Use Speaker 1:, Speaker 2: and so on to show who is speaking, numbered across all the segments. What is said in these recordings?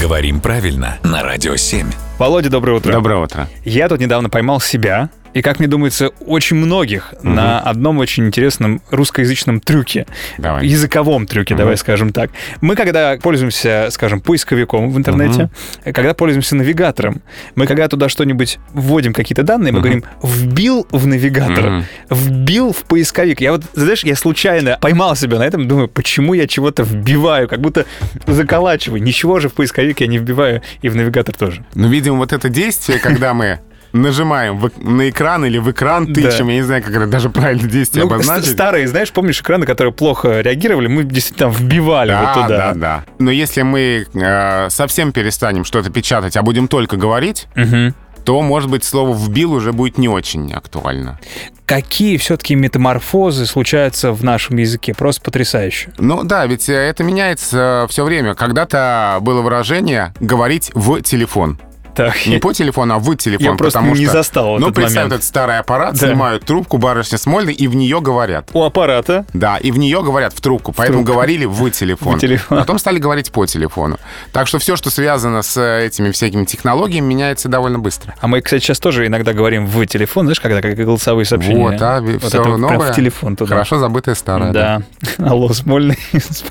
Speaker 1: Говорим правильно на Радио 7.
Speaker 2: Володя, доброе утро.
Speaker 3: Доброе утро.
Speaker 2: Я тут недавно поймал себя, и, как мне думается, очень многих на одном очень интересном русскоязычном трюке.
Speaker 3: Давай.
Speaker 2: Языковом трюке, давай скажем так. Мы, когда пользуемся, скажем, поисковиком в интернете, когда пользуемся навигатором, мы, когда туда что-нибудь вводим, какие-то данные, мы говорим «вбил в навигатор»,
Speaker 3: Мгм.
Speaker 2: «вбил в поисковик». Я вот, знаешь, я случайно поймал себя на этом, думаю, почему я чего-то вбиваю, как будто заколачиваю. Ничего же в поисковик я не вбиваю, и в навигатор тоже.
Speaker 3: Ну, видимо, вот это действие, когда мы нажимаем в эк- на экран или в экран тычем, я не знаю, как это даже правильно действие
Speaker 2: Ну, ст-
Speaker 3: обозначить.
Speaker 2: старые, знаешь, помнишь экраны, которые плохо реагировали, мы действительно вбивали
Speaker 3: Да,
Speaker 2: вот туда.
Speaker 3: да, да. Но если мы э, совсем перестанем что-то печатать, а будем только говорить,
Speaker 2: Мгм.
Speaker 3: то, может быть, слово «вбил» уже будет не очень актуально.
Speaker 2: Какие все-таки метаморфозы случаются в нашем языке? Просто потрясающе.
Speaker 3: Ну да, ведь э, это меняется все время. Когда-то было выражение «говорить в телефон».
Speaker 2: Так,
Speaker 3: Не по телефону, а в телефон.
Speaker 2: Я просто
Speaker 3: потому
Speaker 2: не
Speaker 3: что-
Speaker 2: застал
Speaker 3: Ну,
Speaker 2: этот
Speaker 3: представь,
Speaker 2: момент.
Speaker 3: этот старый аппарат,
Speaker 2: Да.
Speaker 3: снимают трубку барышня Смольной, и в нее говорят.
Speaker 2: у аппарата
Speaker 3: Да, и в нее говорят в трубку, поэтому говорили в телефон.
Speaker 2: В телефон.
Speaker 3: Потом стали говорить по телефону. Так что все, что связано с э, этими всякими технологиями, меняется довольно быстро.
Speaker 2: А мы, кстати, сейчас тоже иногда говорим в телефон, знаешь, когда как голосовые сообщения.
Speaker 3: Вот, а,
Speaker 2: Вот
Speaker 3: все
Speaker 2: это вот прям
Speaker 3: новое.
Speaker 2: в телефон туда.
Speaker 3: Хорошо забытое старое.
Speaker 2: Да. Алло, Смольный.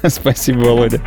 Speaker 2: Спасибо, Володя.